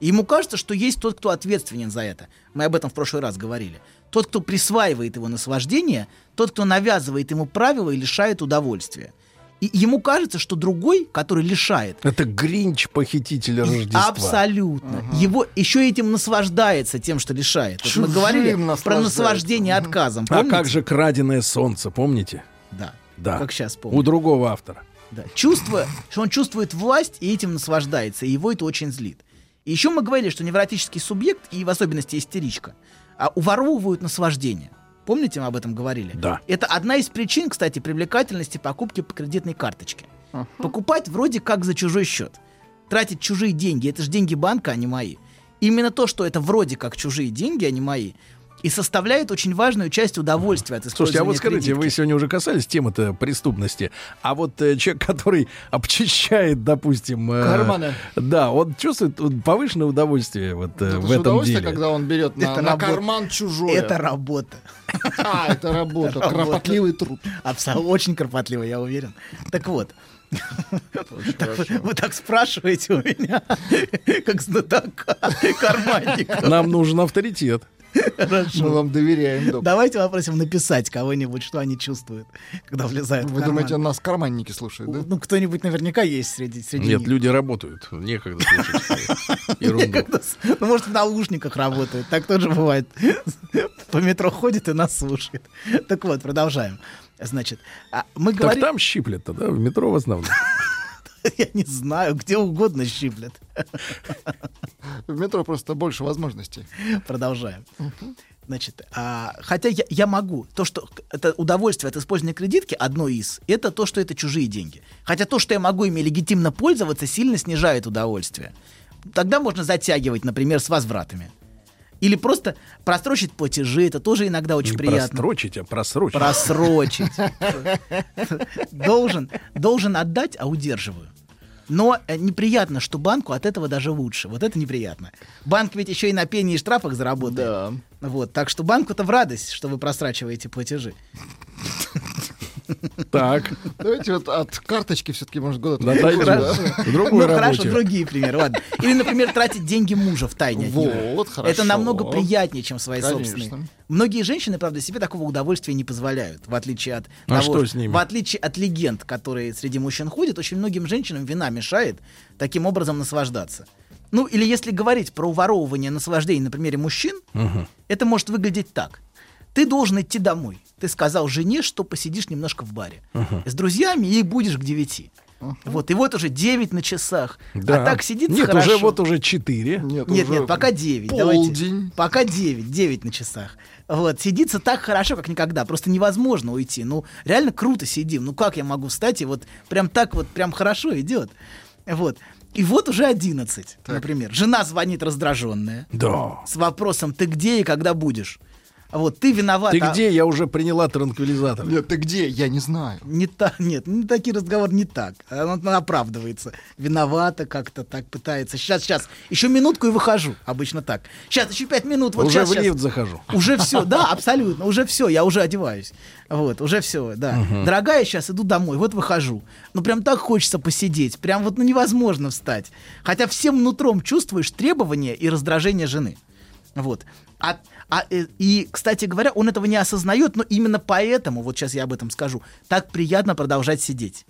Speaker 4: И Ему кажется, что есть тот, кто ответственен за это. Мы об этом в прошлый раз говорили. Тот, кто присваивает его наслаждение, тот, кто навязывает ему правила и лишает удовольствия. И ему кажется, что другой, который лишает,
Speaker 3: Это Гринч похититель Рождества.
Speaker 4: Абсолютно. Его еще этим наслаждается тем, что лишает. Вот мы
Speaker 5: Чужим
Speaker 4: говорили про
Speaker 5: наслаждается.
Speaker 4: наслаждение отказом.
Speaker 3: А
Speaker 4: Помните?
Speaker 3: как же краденое солнце, помните?
Speaker 4: Да.
Speaker 3: Да.
Speaker 4: Как сейчас помню.
Speaker 3: У другого автора.
Speaker 4: Да. Чувство, что он чувствует власть и этим наслаждается, и его это очень злит. И еще мы говорили, что невротический субъект, и в особенности истеричка, а, уворовывают наслаждение. Помните, мы об этом говорили?
Speaker 3: Да.
Speaker 4: Это одна из причин, кстати, привлекательности покупки по кредитной карточке. Покупать вроде как за чужой счет. Тратить чужие деньги. Это же деньги банка, а не мои. Именно то, что это вроде как чужие деньги, а не мои, и составляет очень важную часть удовольствия от использования
Speaker 3: Слушайте, а вот скажите,
Speaker 4: кредитки.
Speaker 3: вы сегодня уже касались темы-то преступности, а вот э, человек, который обчищает, допустим... э,
Speaker 5: Карманы.
Speaker 3: Да, он чувствует э, повышенное удовольствие вот э,
Speaker 5: Это
Speaker 3: в
Speaker 5: же
Speaker 3: этом
Speaker 5: удовольствие,
Speaker 3: деле.
Speaker 5: когда он берет на,
Speaker 4: Это
Speaker 5: на
Speaker 4: работа.
Speaker 5: карман чужое.
Speaker 4: Это работа.
Speaker 5: А, это работа, кропотливый труд.
Speaker 4: Абсо- Очень кропотливо, я уверен. Так вот. Так вы- Вы так спрашиваете у меня, как знатока, карманника.
Speaker 3: Нам нужен авторитет.
Speaker 5: Мы
Speaker 4: Ну,
Speaker 5: вам доверяем, доктор.
Speaker 4: Давайте попросим написать кого-нибудь, что они чувствуют, когда влезают в
Speaker 5: Вы
Speaker 4: карман.
Speaker 5: думаете, нас карманники слушают, да?
Speaker 4: Ну, кто-нибудь наверняка есть среди, среди
Speaker 3: Нет,
Speaker 4: них.
Speaker 3: люди работают. Некогда слушать ерунду.
Speaker 4: Некогда с- Ну, может, в наушниках работают. Так тоже бывает. По метро ходит и нас слушает. Так вот, продолжаем. Значит, а, мы
Speaker 3: Так
Speaker 4: говорим...
Speaker 3: там щиплет-то, да, в метро в основном.
Speaker 4: Я не знаю, где угодно щиплет.
Speaker 5: В метро просто больше возможностей.
Speaker 4: Продолжаем. Значит, а, хотя я, я могу, то, что к- это удовольствие от использования кредитки, одно из, это то, что это чужие деньги. Хотя то, что я могу ими легитимно пользоваться, сильно снижает удовольствие. Тогда можно затягивать, например, с возвратами. Или просто просрочить платежи, это тоже иногда очень
Speaker 3: Не
Speaker 4: приятно.
Speaker 3: просрочить, а просрочить.
Speaker 4: Просрочить. Должен, должен отдать, а удерживаю. Но э, неприятно, что банку от этого даже лучше. Вот это неприятно. Банк ведь еще и на пении и штрафах заработает.
Speaker 5: Да.
Speaker 4: Вот, так что банку-то в радость, что вы просрачиваете платежи.
Speaker 3: Так,
Speaker 5: Давайте вот от карточки все-таки, может, года три
Speaker 3: отойдем.
Speaker 5: уйдем, да?
Speaker 3: В другой
Speaker 4: ну, хорошо,
Speaker 3: работе.
Speaker 4: другие примеры, ладно. Или, например, тратить деньги мужа в тайне.
Speaker 5: Вот, хорошо.
Speaker 4: Это намного приятнее, чем свои
Speaker 5: Конечно.
Speaker 4: собственные. Многие женщины, правда, себе такого удовольствия не позволяют, в отличие от
Speaker 3: А
Speaker 4: того,
Speaker 3: что с ними?
Speaker 4: в отличие от легенд, которые среди мужчин ходят, очень многим женщинам вина мешает таким образом наслаждаться. Ну, или если говорить про уворовывание наслаждений на примере мужчин, это может выглядеть так. Ты должен идти домой. Ты сказал жене, что посидишь немножко в баре. С друзьями и будешь к девяти. Вот, и вот уже 9 на часах. А так сидит
Speaker 3: Нет,
Speaker 4: хорошо.
Speaker 3: уже вот уже четыре.
Speaker 5: Нет,
Speaker 4: Нет,
Speaker 5: уже
Speaker 4: нет, пока 9.
Speaker 5: полдень.
Speaker 4: Давайте. Пока 9, 9 на часах. Вот, сидится так хорошо, как никогда. Просто невозможно уйти. Ну, реально круто сидим. Ну, как я могу встать и вот прям так вот, прям хорошо идет. Вот. И вот уже 11, например. Жена звонит раздраженная
Speaker 3: Да.
Speaker 4: с вопросом, ты где и когда будешь? Вот, ты виноват.
Speaker 3: Ты
Speaker 4: а-
Speaker 3: где? Я уже приняла транквилизатор.
Speaker 5: Нет, ты где? Я не знаю.
Speaker 4: Не так, нет, не такие разговоры не так. Она, она оправдывается. Виновата как-то так пытается. Сейчас, сейчас. Еще минутку и выхожу. Обычно так. Сейчас, еще пять минут. Вот
Speaker 3: уже
Speaker 4: щас,
Speaker 3: в
Speaker 4: щас.
Speaker 3: лифт захожу.
Speaker 4: Уже все, да, абсолютно, уже все, я уже одеваюсь. Вот, уже все, да. Дорогая, сейчас иду домой, вот выхожу. Ну, прям так хочется посидеть, прям вот ну, невозможно встать. Хотя всем нутром чувствуешь требования и раздражение жены. Вот. А, а, э, и, кстати говоря, он этого не осознает, но именно поэтому, вот сейчас я об этом скажу, так приятно продолжать сидеть.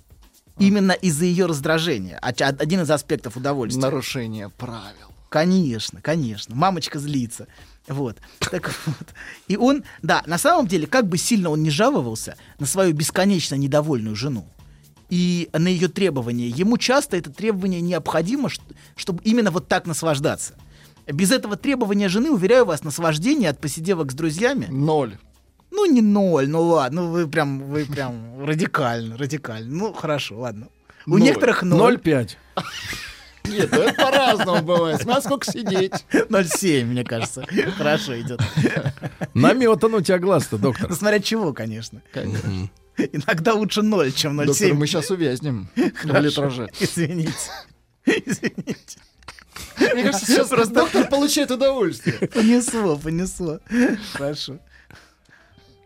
Speaker 4: Именно из-за ее раздражения. А- а- Один из аспектов удовольствия.
Speaker 5: Нарушение правил.
Speaker 4: Конечно, конечно. Мамочка злится. Вот. Так вот. И он, да, на самом деле, как бы сильно он не жаловался на свою бесконечно недовольную жену и на ее требования, ему часто это требование необходимо, ш- чтобы именно вот так наслаждаться. Без этого требования жены, уверяю вас, наслаждение от посиделок с друзьями
Speaker 5: Ноль.
Speaker 4: ну, не ноль, ну ладно, ну вы прям, вы прям радикально, радикально. Ну, хорошо, ладно. У
Speaker 5: Ноль.
Speaker 4: некоторых ноль,
Speaker 3: 0,5.
Speaker 5: Нет, ну это по-разному бывает. Смотря сколько сидеть.
Speaker 4: 0,7, мне кажется. Хорошо идет.
Speaker 3: Наметан у тебя глаз-то, доктор.
Speaker 4: Ну, смотря чего, конечно.
Speaker 5: Конечно.
Speaker 4: Иногда лучше 0, чем
Speaker 5: Доктор,
Speaker 4: 0,7.
Speaker 5: мы сейчас увязнем в
Speaker 4: Хорошо.
Speaker 5: литраже.
Speaker 4: Извините. Извините.
Speaker 5: Мне кажется, сейчас просто доктор получает удовольствие.
Speaker 4: Понесло, понесло. Хорошо.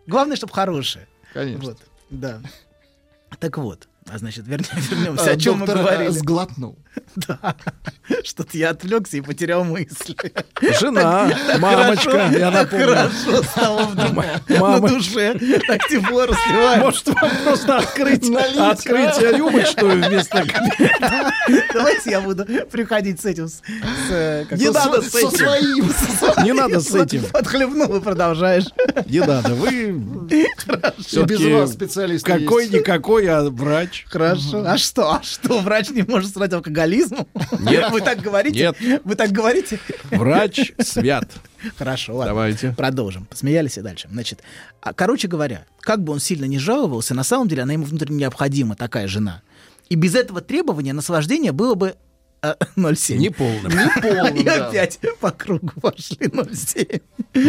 Speaker 4: Главное, чтобы хорошее.
Speaker 5: Конечно.
Speaker 4: Вот, да. Так вот, а значит, вернемся,
Speaker 5: А,
Speaker 4: о чем мы
Speaker 5: доктор, а,
Speaker 4: говорили.
Speaker 5: сглотнул.
Speaker 4: Да. Что-то я отвлекся и потерял мысли.
Speaker 3: Жена, мамочка, я
Speaker 4: так
Speaker 3: напомню.
Speaker 4: хорошо стало вдруг на
Speaker 3: Мама,
Speaker 4: душе. Так тепло разливаем.
Speaker 3: может вам просто открыть,
Speaker 5: Налить,
Speaker 3: открыть рюмочную вместо...
Speaker 4: Давайте я буду приходить с этим. с- с, э, как
Speaker 5: Не
Speaker 4: его,
Speaker 5: надо
Speaker 4: с-
Speaker 5: с этим.
Speaker 3: Не надо с этим.
Speaker 4: Отхлебнул и продолжаешь.
Speaker 3: Не надо. Вы
Speaker 5: И без
Speaker 3: Всё-таки
Speaker 5: вас специалист
Speaker 3: какой-никакой, а врач.
Speaker 4: Хорошо. А что? А что? Врач не может страдать алкоголизмом?
Speaker 3: Нет.
Speaker 4: Вы так говорите?
Speaker 3: Нет.
Speaker 4: Вы так говорите?
Speaker 3: Врач свят.
Speaker 4: Хорошо, ладно.
Speaker 3: Давайте.
Speaker 4: Продолжим. Посмеялись и дальше. Значит, а, короче говоря, как бы он сильно не жаловался, на самом деле она ему внутренне необходима, такая жена. И без этого требования наслаждение было бы э, 0,7.
Speaker 3: Неполным.
Speaker 4: И
Speaker 5: полным, да.
Speaker 4: опять по кругу пошли 0,7.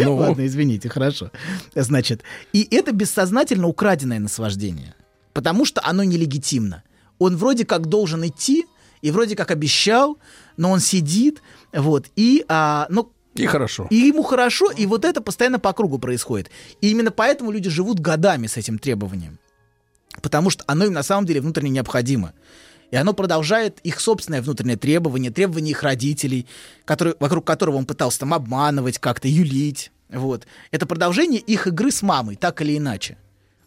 Speaker 3: Ну.
Speaker 4: Ладно, извините, хорошо. Значит, и это бессознательно украденное наслаждение, потому что оно нелегитимно. Он вроде как должен идти, и вроде как обещал, но он сидит, вот, и, а, ну,
Speaker 3: И хорошо.
Speaker 4: и ему хорошо, и вот это постоянно по кругу происходит. И именно поэтому люди живут годами с этим требованием. Потому что оно им на самом деле внутренне необходимо. И оно продолжает их собственное внутреннее требование, требование их родителей, которые, вокруг которого он пытался там обманывать, как-то юлить. Вот. Это продолжение их игры с мамой, так или иначе.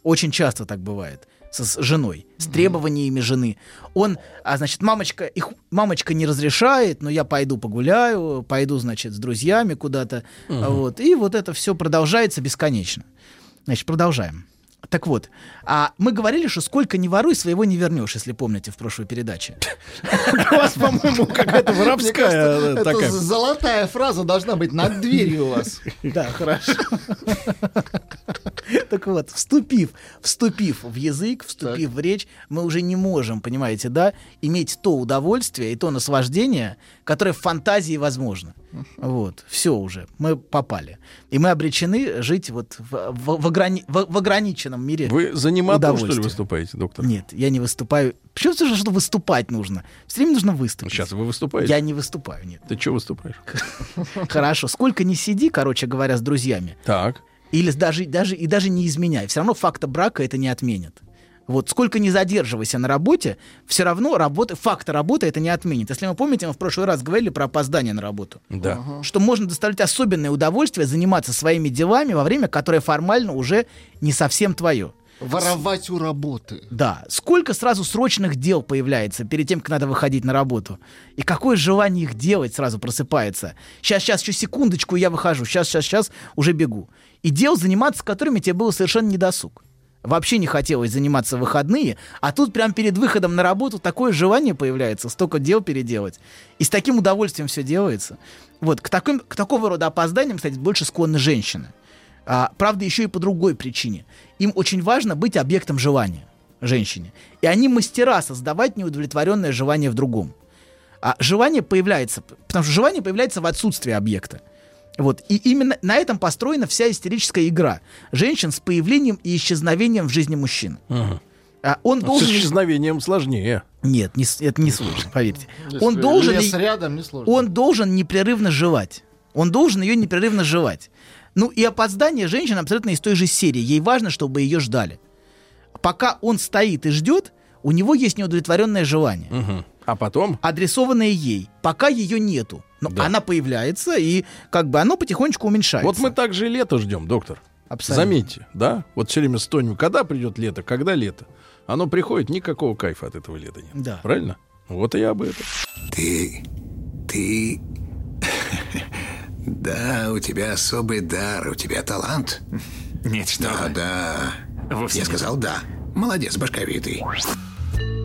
Speaker 4: Очень часто так бывает со- с женой, с требованиями жены. Он, а значит, мамочка, их мамочка не разрешает, но я пойду погуляю, пойду, значит, с друзьями куда-то. Вот. И вот это все продолжается бесконечно. Значит, продолжаем. Так вот, а мы говорили, что сколько не воруй, своего не вернешь, если помните в прошлой передаче.
Speaker 5: У вас, по-моему, какая-то
Speaker 3: воровская э, такая.
Speaker 5: Это з- золотая фраза должна быть над дверью у вас.
Speaker 4: Да, хорошо. Так вот, вступив, вступив в язык, вступив в речь, мы уже не можем, понимаете, да, иметь то удовольствие и то наслаждение, которое в фантазии возможно. Вот, все уже, мы попали. И мы обречены жить вот в, в- в ограни- в- в ограниченном мире.
Speaker 3: Вы за аниматор, что ли,
Speaker 4: удовольствие.
Speaker 3: выступаете, доктор?
Speaker 4: Нет, я не выступаю. Почему все же, что выступать нужно? Все время нужно выступить.
Speaker 3: Сейчас Ну, вы выступаете?
Speaker 4: Я не выступаю, нет.
Speaker 3: Ты что выступаешь?
Speaker 4: Хорошо. Сколько не сиди, короче говоря, с друзьями,
Speaker 3: Так.
Speaker 4: или с даже, даже, и даже не изменяй, все равно факта брака это не отменит. Вот сколько не задерживайся на работе, все равно работа, факта работы это не отменит. Если вы помните, мы в прошлый раз говорили про опоздание на работу.
Speaker 3: Да.
Speaker 4: Что можно доставлять особенное удовольствие заниматься своими делами во время, которое формально уже не совсем твое.
Speaker 5: Воровать у работы.
Speaker 4: Да, сколько сразу срочных дел появляется перед тем, как надо выходить на работу. И какое желание их делать сразу просыпается. Сейчас, сейчас, еще секундочку, и я выхожу. Сейчас, сейчас, сейчас, уже бегу. И дел, заниматься которыми тебе было совершенно недосуг. Вообще не хотелось заниматься в выходные, а тут прям перед выходом на работу такое желание появляется, столько дел переделать. И с таким удовольствием все делается. Вот, к, таким, к такого рода опозданиям, кстати, больше склонны женщины. А, правда, еще и по другой причине. Им очень важно быть объектом желания женщине. И они мастера создавать неудовлетворенное желание в другом. А желание появляется, п- потому что желание появляется в отсутствии объекта. Вот. И именно на этом построена вся истерическая игра женщин с появлением и исчезновением в жизни мужчин. А он
Speaker 3: С
Speaker 4: должен...
Speaker 3: исчезновением сложнее.
Speaker 4: Нет, не с- это не сложно, поверьте.
Speaker 5: Если
Speaker 4: Он должен...
Speaker 5: лес
Speaker 4: и-
Speaker 5: рядом, не сложно.
Speaker 4: он должен непрерывно жевать. Он должен ее непрерывно жевать. Ну и опоздание женщин абсолютно из той же серии. Ей важно, чтобы ее ждали. Пока он стоит и ждет, у него есть неудовлетворенное желание,
Speaker 3: Мгм. А потом?
Speaker 4: адресованное ей. Пока ее нету. Но
Speaker 3: Да.
Speaker 4: она появляется, и как бы оно потихонечку уменьшается.
Speaker 3: Вот мы так же и лето ждем, доктор.
Speaker 4: Абсолютно.
Speaker 3: Заметьте, да? Вот все время стонем, когда придет лето, когда лето. Оно приходит, никакого кайфа от этого лета нет.
Speaker 4: Да.
Speaker 3: Правильно? Вот и я об этом.
Speaker 6: Ты... ты... Да, у тебя особый дар, у тебя талант.
Speaker 8: Нет, что
Speaker 6: Да,
Speaker 8: вы.
Speaker 6: да.
Speaker 8: Вовсе
Speaker 6: Я
Speaker 8: нет.
Speaker 6: сказал да. Молодец, башковитый.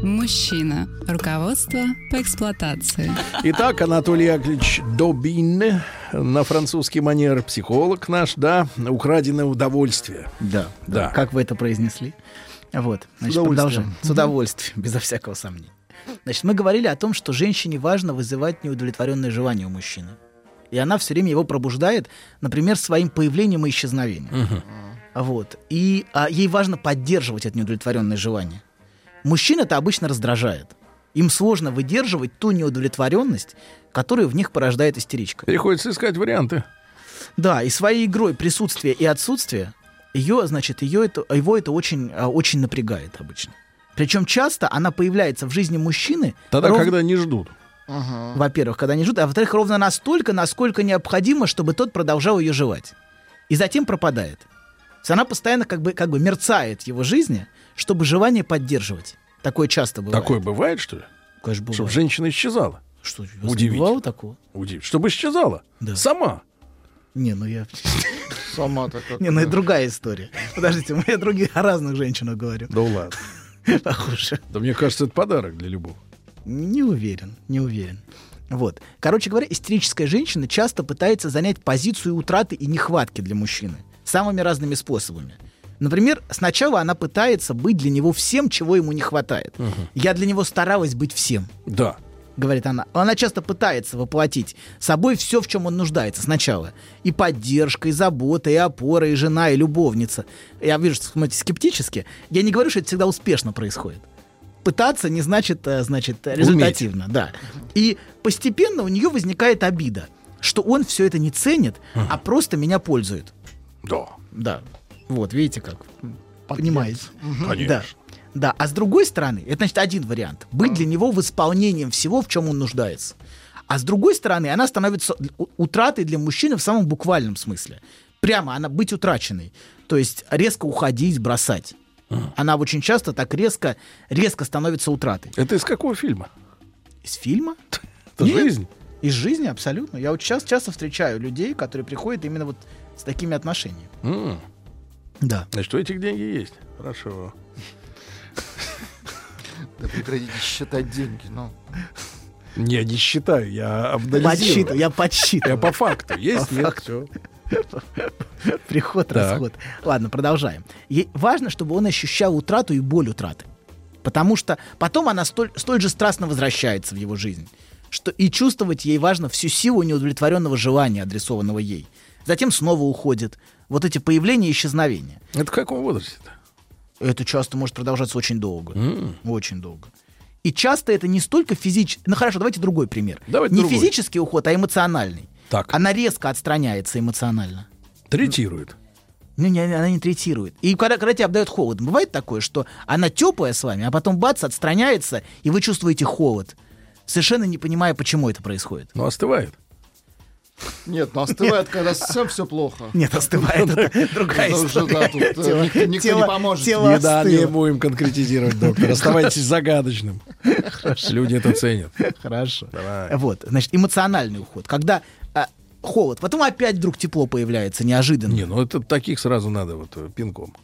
Speaker 2: Мужчина. Руководство по эксплуатации.
Speaker 3: Итак, Анатолий Яковлевич Добин, на французский манер психолог наш, да, украденное удовольствие.
Speaker 4: Да, да.
Speaker 3: Да.
Speaker 4: Как вы это произнесли? Вот, значит,
Speaker 5: удовольствием.
Speaker 4: продолжаем. С удовольствием, безо всякого сомнения. Значит, мы говорили о том, что женщине важно вызывать неудовлетворенное желание у мужчины. И она все время его пробуждает, например, своим появлением и исчезновением. Вот. И а, ей важно поддерживать это неудовлетворенное желание. Мужчин это обычно раздражает. Им сложно выдерживать ту неудовлетворенность, которую в них порождает истеричка.
Speaker 3: Приходится искать варианты.
Speaker 4: Да, и своей игрой присутствие и отсутствие ее, значит, ее это, его это очень, а, очень напрягает обычно. Причем часто она появляется в жизни мужчины,
Speaker 3: Тогда,
Speaker 4: ров-
Speaker 3: когда не ждут.
Speaker 4: во-первых, когда не ждут, а во-вторых, ровно настолько, насколько необходимо, чтобы тот продолжал ее жевать. И затем пропадает. То есть она постоянно как бы, как бы мерцает в его жизни, чтобы желание поддерживать. Такое часто бывает.
Speaker 3: Такое бывает, что ли?
Speaker 4: Конечно, бывает.
Speaker 3: Чтобы женщина исчезала.
Speaker 4: Что, у вас не
Speaker 3: Удивительно.
Speaker 4: бывало такого?
Speaker 3: Удив- Чтобы исчезала.
Speaker 4: Да.
Speaker 3: Сама.
Speaker 4: Не, ну я...
Speaker 5: Сама такая.
Speaker 4: Не, ну это другая история. Подождите, мы- я других, о разных женщинах говорю.
Speaker 3: Да ладно.
Speaker 4: Похоже.
Speaker 3: Да мне кажется, это подарок для любого.
Speaker 4: Не уверен, не уверен. Вот. Короче говоря, истерическая женщина часто пытается занять позицию утраты и нехватки для мужчины самыми разными способами. Например, сначала она пытается быть для него всем, чего ему не хватает. Я для него старалась быть всем,
Speaker 3: Да.
Speaker 4: говорит она. Она часто пытается воплотить собой все, в чем он нуждается сначала. И поддержка, и забота, и опора, и жена, и любовница. Я вижу, что вы смотрите скептически. Я не говорю, что это всегда успешно происходит пытаться не значит, э, значит, э, результативно, да. И постепенно у нее возникает обида, что он все это не ценит, а просто меня пользует.
Speaker 3: Да.
Speaker 4: Да. Вот, видите как. Понимаете.
Speaker 3: Конечно. А.
Speaker 4: Да. Да, а с другой стороны, это значит один вариант. Быть для него восполнением всего, в чем он нуждается. А с другой стороны, она становится у- утратой для мужчины в самом буквальном смысле. Прямо она быть утраченной. То есть резко уходить, бросать.
Speaker 3: А.
Speaker 4: Она очень часто так резко, резко становится утратой.
Speaker 3: Это из какого фильма?
Speaker 4: Из фильма?
Speaker 3: Это
Speaker 4: Нет.
Speaker 3: жизнь.
Speaker 4: Из жизни абсолютно. Я вот сейчас часто встречаю людей, которые приходят именно вот с такими отношениями.
Speaker 3: М.
Speaker 4: Да.
Speaker 3: Значит, у этих деньги есть. Хорошо.
Speaker 5: Да прекратите считать деньги, ну.
Speaker 3: Я не считаю, я
Speaker 4: Подсчитываю,
Speaker 3: обнализирую.
Speaker 4: я
Speaker 3: Я
Speaker 4: подсчитываю.
Speaker 3: по факту. Есть, нет, все.
Speaker 4: Приход,
Speaker 3: Так.
Speaker 4: расход. Ладно, продолжаем. Е- важно, чтобы он ощущал утрату и боль утраты. Потому что потом она столь, столь же страстно возвращается в его жизнь. Что и чувствовать ей важно всю силу неудовлетворенного желания, адресованного ей. Затем снова уходит. Вот эти появления и исчезновения.
Speaker 3: Это в каком возрасте-то?
Speaker 4: Это часто может продолжаться очень долго. Очень долго. И часто это не столько физически... Ну хорошо, давайте другой пример.
Speaker 3: Давайте
Speaker 4: не
Speaker 3: другой.
Speaker 4: физический уход, а эмоциональный.
Speaker 3: Так.
Speaker 4: Она резко отстраняется эмоционально.
Speaker 3: Третирует.
Speaker 4: Ну, не, она не третирует. И когда, когда тебя обдает холодом, бывает такое, что она теплая с вами, а потом бац, отстраняется, и вы чувствуете холод. Совершенно не понимая, почему это происходит.
Speaker 3: Ну, остывает.
Speaker 5: Нет, ну остывает, когда совсем все плохо.
Speaker 4: Нет, остывает. Это другая
Speaker 3: Ну,
Speaker 5: Это уже, да,
Speaker 4: история.
Speaker 5: тут, э,
Speaker 4: Тело-
Speaker 5: никто- никто не
Speaker 4: тело-
Speaker 5: поможет.
Speaker 4: тело
Speaker 3: Не, да, не
Speaker 4: остыло.
Speaker 3: будем конкретизировать, доктор. Оставайтесь загадочным. Люди это ценят.
Speaker 4: Хорошо. Вот, значит, эмоциональный уход. Когда а, холод, потом опять вдруг тепло появляется неожиданно.
Speaker 3: Не, ну это таких сразу надо вот э, пинком.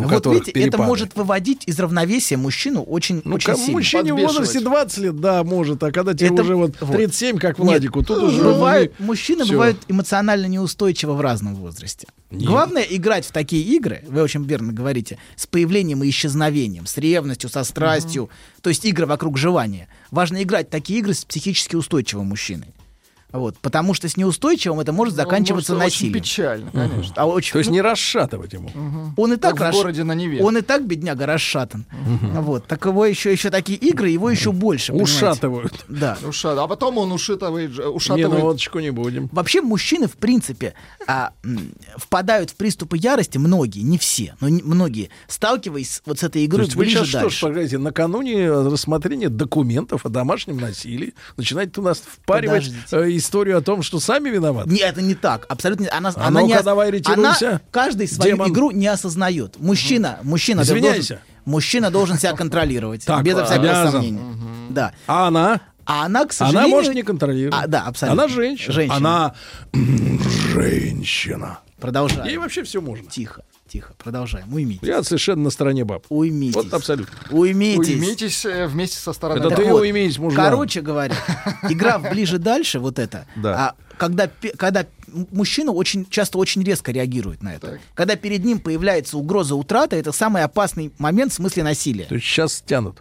Speaker 3: Вот у
Speaker 4: Вот,
Speaker 3: которых
Speaker 4: видите, это
Speaker 3: перепады.
Speaker 4: может выводить из равновесия мужчину очень,
Speaker 3: Ну,
Speaker 4: очень
Speaker 3: кому
Speaker 4: сильно.
Speaker 3: мужчине в возрасте 20 лет, да, может, а когда тебе
Speaker 4: Это-
Speaker 3: уже вот
Speaker 4: вот.
Speaker 3: 37, как
Speaker 4: Нет,
Speaker 3: Владику, тут уже...
Speaker 4: бывают,
Speaker 3: ну,
Speaker 4: мужчины
Speaker 3: всё.
Speaker 4: бывают эмоционально неустойчивы в разном возрасте. Главное играть в такие игры, вы очень верно говорите, с появлением и исчезновением, с ревностью, со страстью, то есть игры вокруг желания. Важно играть в такие игры с психически устойчивым мужчиной. Вот, потому что с неустойчивым это может
Speaker 5: Ну,
Speaker 4: заканчиваться
Speaker 5: может,
Speaker 4: насилием.
Speaker 5: Очень печально, конечно.
Speaker 4: А очень-
Speaker 3: То есть
Speaker 4: ну,
Speaker 3: не расшатывать ему.
Speaker 4: он и так
Speaker 5: Как в
Speaker 4: расш-
Speaker 5: городе на Неве.
Speaker 4: Он и так бедняга расшатан. Вот, так его еще еще такие игры, его еще больше. понимаете?
Speaker 3: Ушатывают.
Speaker 4: Да.
Speaker 5: Уша- А потом он ушатывает, же-
Speaker 3: Не,
Speaker 5: ушатывает
Speaker 3: ну водочку не будем.
Speaker 4: Вообще мужчины, в принципе, а, м, впадают в приступы ярости, многие, не все, но не- многие, сталкиваясь вот с этой
Speaker 3: То
Speaker 4: игрой
Speaker 3: есть вы
Speaker 4: ближе
Speaker 3: сейчас что ж,
Speaker 4: дальше.
Speaker 3: погодите, накануне э, рассмотрения документов о домашнем насилии начинаете у нас впаривать
Speaker 4: Подождите.
Speaker 3: э, историю о том, что сами виноваты?
Speaker 4: Не, это не так, абсолютно. не- Она,
Speaker 3: А
Speaker 4: она не
Speaker 3: ну-ка,
Speaker 4: ос-
Speaker 3: давай, ретируйся.
Speaker 4: она каждый свою
Speaker 3: Демон.
Speaker 4: игру не осознает. Мужчина, мужчина, должен-
Speaker 3: Извиняйся.
Speaker 4: мужчина должен себя контролировать
Speaker 3: Так,
Speaker 4: безо всякого
Speaker 3: обязан.
Speaker 4: сомнения. Да.
Speaker 3: А она?
Speaker 4: А она, к сожалению,
Speaker 3: Она может не контролировать.
Speaker 4: А, да, абсолютно.
Speaker 3: Она женщина.
Speaker 4: Женщина.
Speaker 3: Она женщина. Ей
Speaker 4: продолжает.
Speaker 3: вообще все можно.
Speaker 4: Тихо, тихо, продолжаем. Уймитесь.
Speaker 3: Я совершенно на стороне баб.
Speaker 4: Уймитесь.
Speaker 3: Вот абсолютно.
Speaker 4: Уймитесь.
Speaker 5: Уймитесь э, вместе со стороны.
Speaker 3: Это
Speaker 4: Так
Speaker 3: ты
Speaker 4: вот,
Speaker 3: уймись, Ну, мужлан.
Speaker 4: Короче говоря, игра в ближе дальше, вот это,
Speaker 3: Да.
Speaker 4: а, когда, пе- когда м- мужчина очень часто очень резко реагирует на это.
Speaker 5: Так.
Speaker 4: Когда перед ним появляется угроза утраты, это самый опасный момент в смысле насилия.
Speaker 3: То есть сейчас тянут.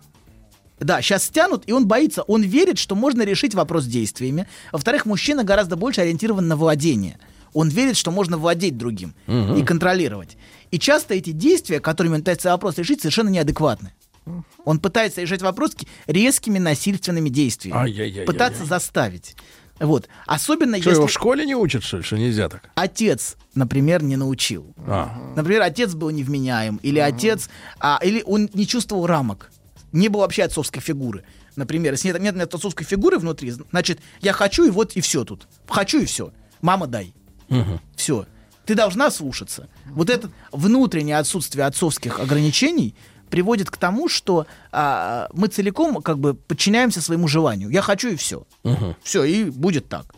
Speaker 4: Да, сейчас стянут, и он боится. Он верит, что можно решить вопрос действиями. Во-вторых, мужчина гораздо больше ориентирован на владение. Он верит, что можно владеть другим и контролировать. И часто эти действия, которыми он пытается вопрос решить, совершенно неадекватны. Он пытается решать вопрос ки- резкими насильственными действиями.
Speaker 3: Ай-яй-яй-яй-яй.
Speaker 4: Пытаться заставить. Вот. Особенно
Speaker 3: Что,
Speaker 4: если
Speaker 3: его в школе не учат, что ли, что нельзя так?
Speaker 4: отец, например, не научил.
Speaker 3: А.
Speaker 4: Например, отец был невменяем, или отец, а, или он не чувствовал рамок, не было вообще отцовской фигуры. Например, если нет, нет отцовской фигуры внутри, значит, я хочу и вот и все тут. Хочу и все. Мама, дай. Все. Ты должна слушаться. Вот это внутреннее отсутствие отцовских ограничений приводит к тому, что а, мы целиком как бы подчиняемся своему желанию. Я хочу и все. Все, и будет так.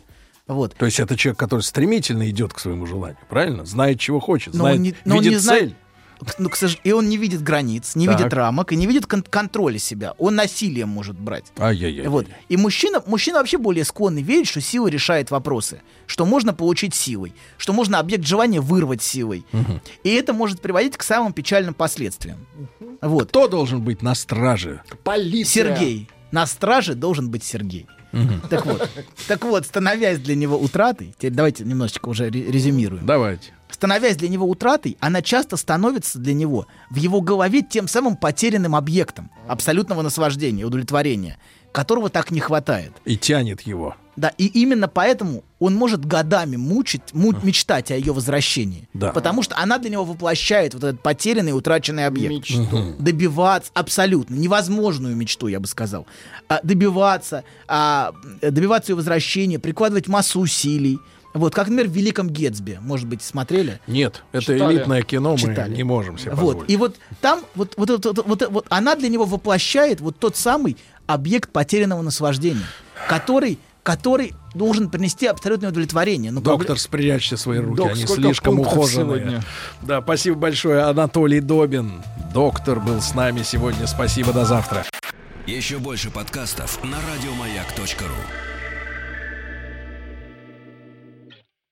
Speaker 4: Вот.
Speaker 3: То есть это человек, который стремительно идет к своему желанию, правильно? Знает, чего хочет,
Speaker 4: Но
Speaker 3: знает,
Speaker 4: Ну, он не, но он
Speaker 3: видит
Speaker 4: не знает-
Speaker 3: цель.
Speaker 4: К- ну, к сож- И он не видит границ, не
Speaker 3: Так.
Speaker 4: видит рамок и не видит кон- контроля себя. Он насилием может брать.
Speaker 3: Ай-яй-яй.
Speaker 4: Вот. И мужчина, мужчина вообще более склонный верить, что сила решает вопросы, что можно получить силой, что можно объект желания вырвать силой. И это может приводить к самым печальным последствиям. Вот.
Speaker 3: Кто должен быть на страже?
Speaker 5: Полиция.
Speaker 4: Сергей. На страже должен быть Сергей. Так вот, так вот, становясь для него утратой, теперь давайте немножечко уже ре- резюмируем
Speaker 3: Давайте.
Speaker 4: становясь для него утратой, она часто становится для него в его голове тем самым потерянным объектом абсолютного наслаждения, удовлетворения, которого так не хватает.
Speaker 3: И тянет его.
Speaker 4: Да, и именно поэтому он может годами мучить, му- мечтать о ее возвращении.
Speaker 3: Да.
Speaker 4: Потому что она для него воплощает вот этот потерянный, утраченный объект
Speaker 5: Мечту.
Speaker 4: добиваться абсолютно невозможную мечту, я бы сказал, А, добиваться, а, м, добиваться ее возвращения, прикладывать массу усилий. Вот, как, например, в «Великом Гетсбе», может быть, смотрели?
Speaker 3: Нет, это
Speaker 5: Читали.
Speaker 3: элитное кино,
Speaker 4: Читали.
Speaker 3: мы не можем себе
Speaker 4: Вот,
Speaker 3: позволить.
Speaker 4: и вот там вот, вот, вот, вот, вот- вот она для него воплощает вот тот самый объект потерянного наслаждения, который который должен принести абсолютное удовлетворение. Но пробле-
Speaker 3: Доктор, спрячьте свои руки,
Speaker 5: Ну, Док,
Speaker 3: они
Speaker 5: сколько
Speaker 3: слишком
Speaker 5: пунктов
Speaker 3: ухоженные.
Speaker 5: сегодня?
Speaker 3: Да, спасибо большое, Анатолий Добин. Доктор был с нами сегодня. Спасибо, до завтра.
Speaker 6: Еще больше подкастов на радиомаяк.ру.